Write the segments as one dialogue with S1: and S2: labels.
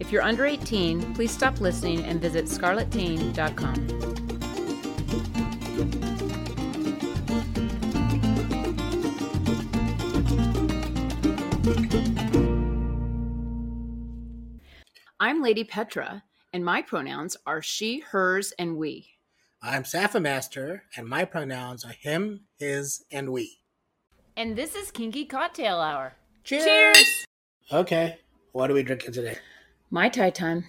S1: If you're under 18, please stop listening and visit scarletteen.com. I'm Lady Petra, and my pronouns are she, hers, and we.
S2: I'm Safa Master, and my pronouns are him, his, and we.
S1: And this is Kinky Cocktail Hour.
S2: Cheers! Okay, what are we drinking today?
S1: Mai Tai time.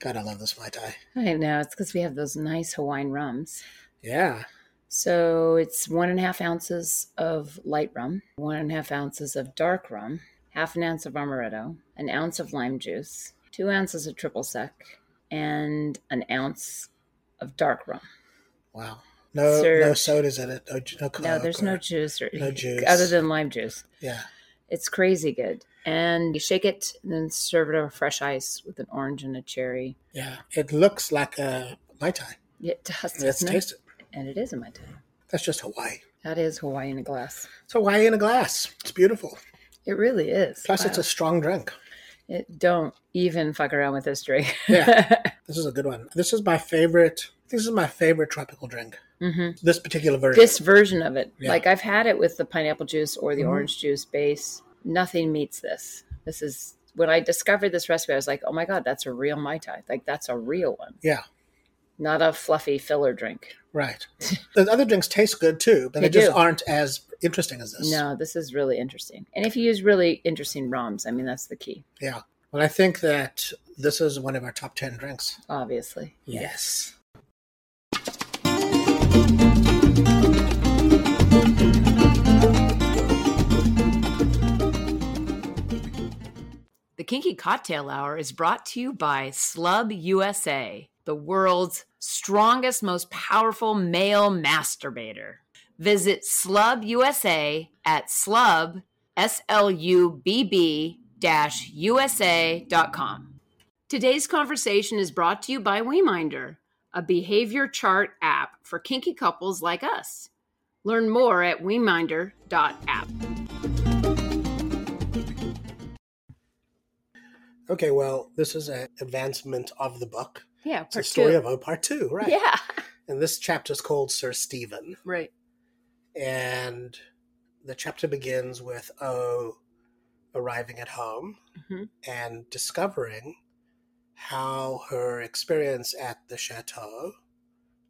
S2: God, I love this Mai Tai.
S1: I know, it's because we have those nice Hawaiian rums.
S2: Yeah.
S1: So it's one and a half ounces of light rum, one and a half ounces of dark rum, half an ounce of amaretto, an ounce of lime juice, two ounces of triple sec, and an ounce of dark rum.
S2: Wow. No
S1: Served.
S2: no sodas in it. No, ju- no Coke.
S1: No, there's no
S2: or-
S1: juice or
S2: no juice.
S1: other than lime juice.
S2: Yeah.
S1: It's crazy good. And you shake it and then serve it over fresh ice with an orange and a cherry.
S2: Yeah. It looks like a Mai Tai.
S1: It does.
S2: Let's
S1: doesn't it?
S2: taste it.
S1: And it is in my time.
S2: That's just Hawaii.
S1: That is Hawaii in a glass.
S2: It's Hawaii in a glass. It's beautiful.
S1: It really is.
S2: Plus, it's a strong drink.
S1: a it, don't even fuck around with this drink.
S2: Yeah. This is a good one. This is my favorite. This is my favorite tropical drink.
S1: hmm
S2: This particular version.
S1: This version of it,
S2: Yeah.
S1: like I've had it with the pineapple juice or the
S2: Mhm.
S1: orange juice base. Nothing meets this. This is when I discovered this recipe. I was like, oh my god, that's a real mai tai. Like that's a real one,
S2: Yeah.
S1: not a fluffy filler drink.
S2: Right. the other drinks taste good too, but they,
S1: They
S2: just
S1: do.
S2: aren't as interesting as this.
S1: No, this is really interesting. And if you use really interesting ROMs, I mean that's the key,
S2: Yeah. Well, I think that this is one of our top 10 drinks.
S1: obviously.
S2: Yes.
S1: The Kinky Cocktail Hour is brought to you by Slub USA, the world's strongest, most powerful male masturbator. Visit Slub USA at slub, S L U B B USA.com. Today's conversation is brought to you by WeMinder, a behavior chart app for kinky couples like us. Learn more at WeMinder.app.
S2: Okay, well, this is an advancement of the book.
S1: Yeah,
S2: It's a story of O Part 2, right?
S1: Yeah,
S2: And this chapter is called Sir Stephen.
S1: right.
S2: And the chapter begins with O arriving at home
S1: Mhm.
S2: and discovering how her experience at the chateau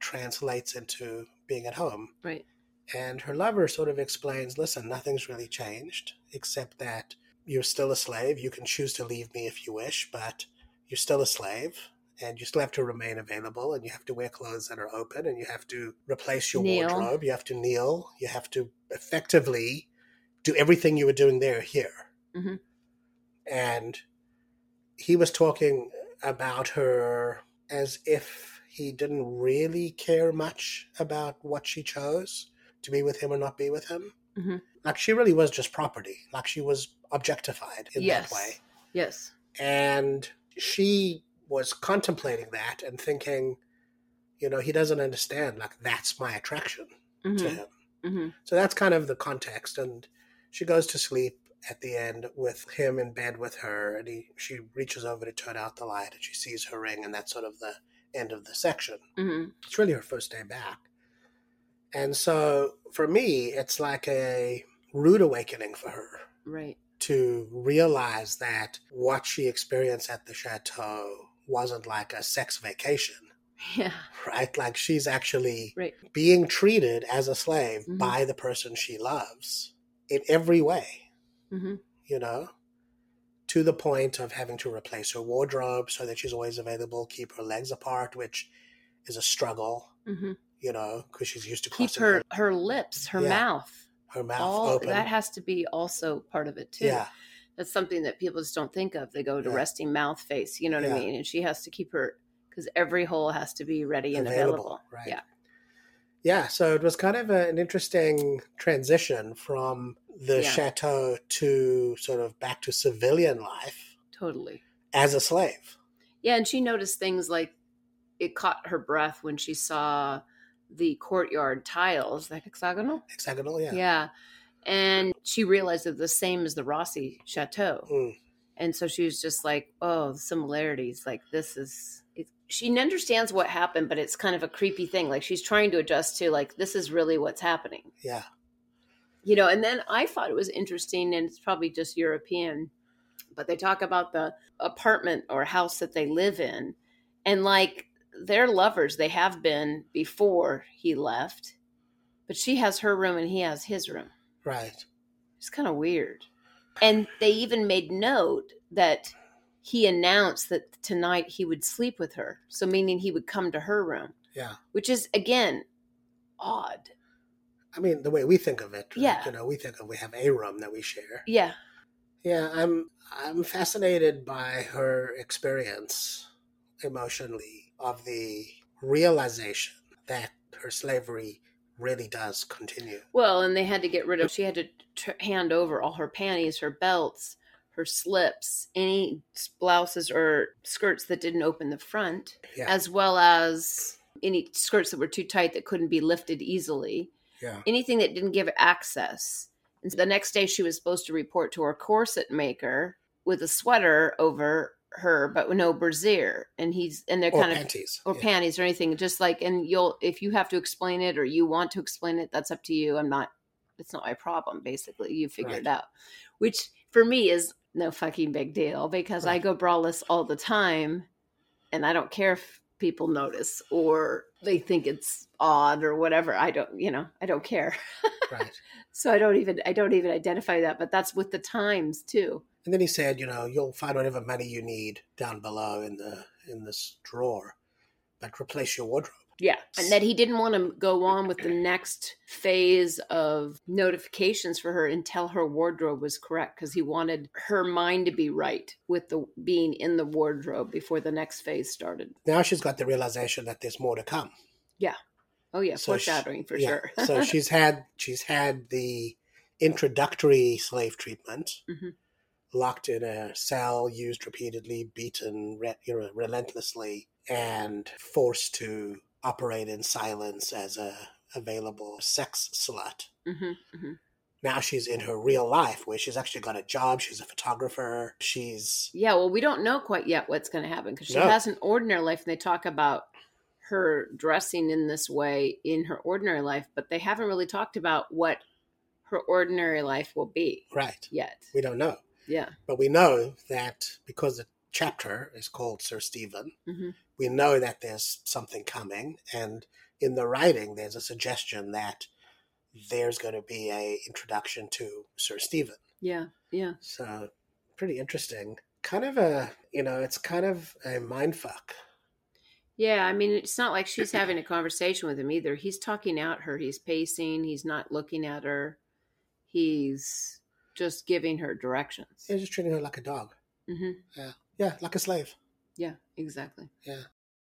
S2: translates into being at home.
S1: Right.
S2: And her lover sort of explains listen, nothing's really changed, except that you're still a slave. You can choose to leave me if you wish, but you're still a slave. And you still have to remain available, and you have to wear clothes that are open, and you have to replace your
S1: Kneel.
S2: wardrobe. You have to kneel. You have to effectively do everything you were doing there here.
S1: Mhm.
S2: And he was talking about her as if he didn't really care much about what she chose to be with him or not be with him.
S1: Mhm.
S2: Like she really was just property. Like she was objectified in
S1: yes.
S2: that way.
S1: Yes.
S2: And she was contemplating that and thinking, you know, he doesn't understand. Like that's my attraction to
S1: Mhm.
S2: him.
S1: Mm-hmm.
S2: So that's kind of the context. And she goes to sleep at the end with him in bed with her, and he, she reaches over to turn out the light, and she sees her ring, and that's sort of the end of the section.
S1: Mm-hmm.
S2: It's really her first day back. And so for me, it's like a rude awakening for her
S1: Right.
S2: to realize that what she experienced at the chateau wasn't like a sex vacation.
S1: Yeah.
S2: right? Like she's actually
S1: Right.
S2: being treated as a slave
S1: Mhm.
S2: by the person she loves in every way,
S1: hmm
S2: you know, to the point of having to replace her wardrobe so that she's always available, keep her legs apart, which is a struggle,
S1: hmm
S2: you know, because she's used to
S1: Keep
S2: crossing
S1: her her lips, her
S2: Yeah.
S1: mouth,
S2: her mouth
S1: all
S2: open.
S1: that has to be also part of it too.
S2: yeah,
S1: That's something that people just don't think of. They go to
S2: Yeah.
S1: resting mouth face. You know what
S2: Yeah.
S1: I mean? And she has to keep her because every hole has to be ready and
S2: Available,
S1: available.
S2: right.
S1: Yeah.
S2: yeah. So it was kind of a, an interesting transition from the
S1: Yeah.
S2: chateau to sort of back to civilian life
S1: Totally.
S2: as a slave.
S1: Yeah, and she noticed things like it caught her breath when she saw the courtyard tiles, that hexagonal.
S2: Hexagonal,
S1: Yeah.
S2: yeah.
S1: And she realized that the same as the Rossi chateau.
S2: Mm.
S1: And so she was just like, oh, similarities. Like, this is. It, she understands what happened, but it's kind of a creepy thing. Like, she's trying to adjust to, like, this is really what's happening.
S2: Yeah.
S1: you know and then i thought it was interesting and it's probably just european but they talk about the apartment or house that they live in and like they're lovers they have been before he left but she has her room and he has his room
S2: Right.
S1: it's kind of weird and they even made note that he announced that tonight he would sleep with her so meaning he would come to her room
S2: Yeah.
S1: which is again odd
S2: I mean, the way we think of it, right?
S1: Yeah.
S2: you know, we think of we have a room that we share.
S1: yeah
S2: Yeah, I'm I'm fascinated by her experience emotionally of the realization that her slavery really does continue.
S1: Well, and they had to get rid of. She had to tr hand over all her panties, her belts, her slips, any s- blouses or skirts that didn't open the front,
S2: Yeah.
S1: as well as any skirts that were too tight that couldn't be lifted easily,
S2: yeah.
S1: anything that didn't give access. And so the next day, she was supposed to report to her corset maker with a sweater over her, but no brassiere. And he's and they're
S2: Or
S1: kind of
S2: panties.
S1: or
S2: yeah.
S1: panties or anything just like and you'll if you have to explain it or you want to explain it that's up to you i'm not it's not my problem basically you figure
S2: Right.
S1: it out which for me is no fucking big deal because i
S2: Right.
S1: go braless all the time and i don't care if people notice or they think it's odd or whatever i don't you know i don't care
S2: right.
S1: so i don't even i don't even identify that but that's with the times too
S2: And then he said, you know, you'll find whatever money you need down below in the in this drawer, but replace your wardrobe.
S1: Yeah. And that he didn't want to go on with the next phase of notifications for her until her wardrobe was correct because he wanted her mind to be right with the being in the wardrobe before the next phase started.
S2: Now she's got the realization that there's more to come.
S1: Oh yeah,
S2: So she-
S1: foreshadowing for
S2: Yeah.
S1: sure.
S2: so she's had she's had the introductory slave treatment,
S1: Mhm.
S2: locked in a cell, used repeatedly, beaten re- you know, relentlessly, and forced to operate in silence as a available sex slut.
S1: Mhm, mhm.
S2: Now she's in her real life, where she's actually got a job. She's a photographer. She's
S1: Yeah, well, we don't know quite yet what's going to happen because she
S2: No.
S1: has an ordinary life, and they talk about her dressing in this way in her ordinary life, but they haven't really talked about what her ordinary life will be
S2: right.
S1: yet.
S2: We don't know,
S1: Yeah.
S2: but we know that because the chapter is called Sir Stephen,
S1: hmm
S2: we know that there's something coming and in the writing there's a suggestion that there's going to be a introduction to sir stephen
S1: Yeah, yeah,
S2: so pretty interesting kind of a you know it's kind of a mind fuck
S1: yeah. I mean, it's not like she's having a conversation with him either. He's talking at her. He's pacing. He's not looking at her. He's just giving her directions.
S2: they're just treating her like a dog
S1: hmm
S2: yeah like a slave
S1: Yeah, exactly.
S2: yeah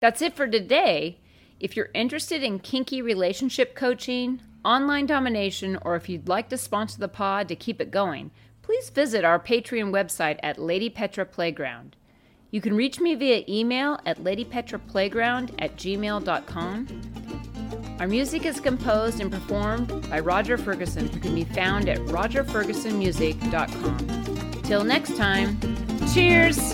S1: That's it for today. If you're interested in kinky relationship coaching, online domination, or if you'd like to sponsor the pod to keep it going, please visit our Patreon website at Lady Petra Playground. You can reach me via email at ladypetraplayground at gmail.com. Our music is composed and performed by Roger Ferguson, who can be found at rogerfergusonmusic.com. Till next time, cheers!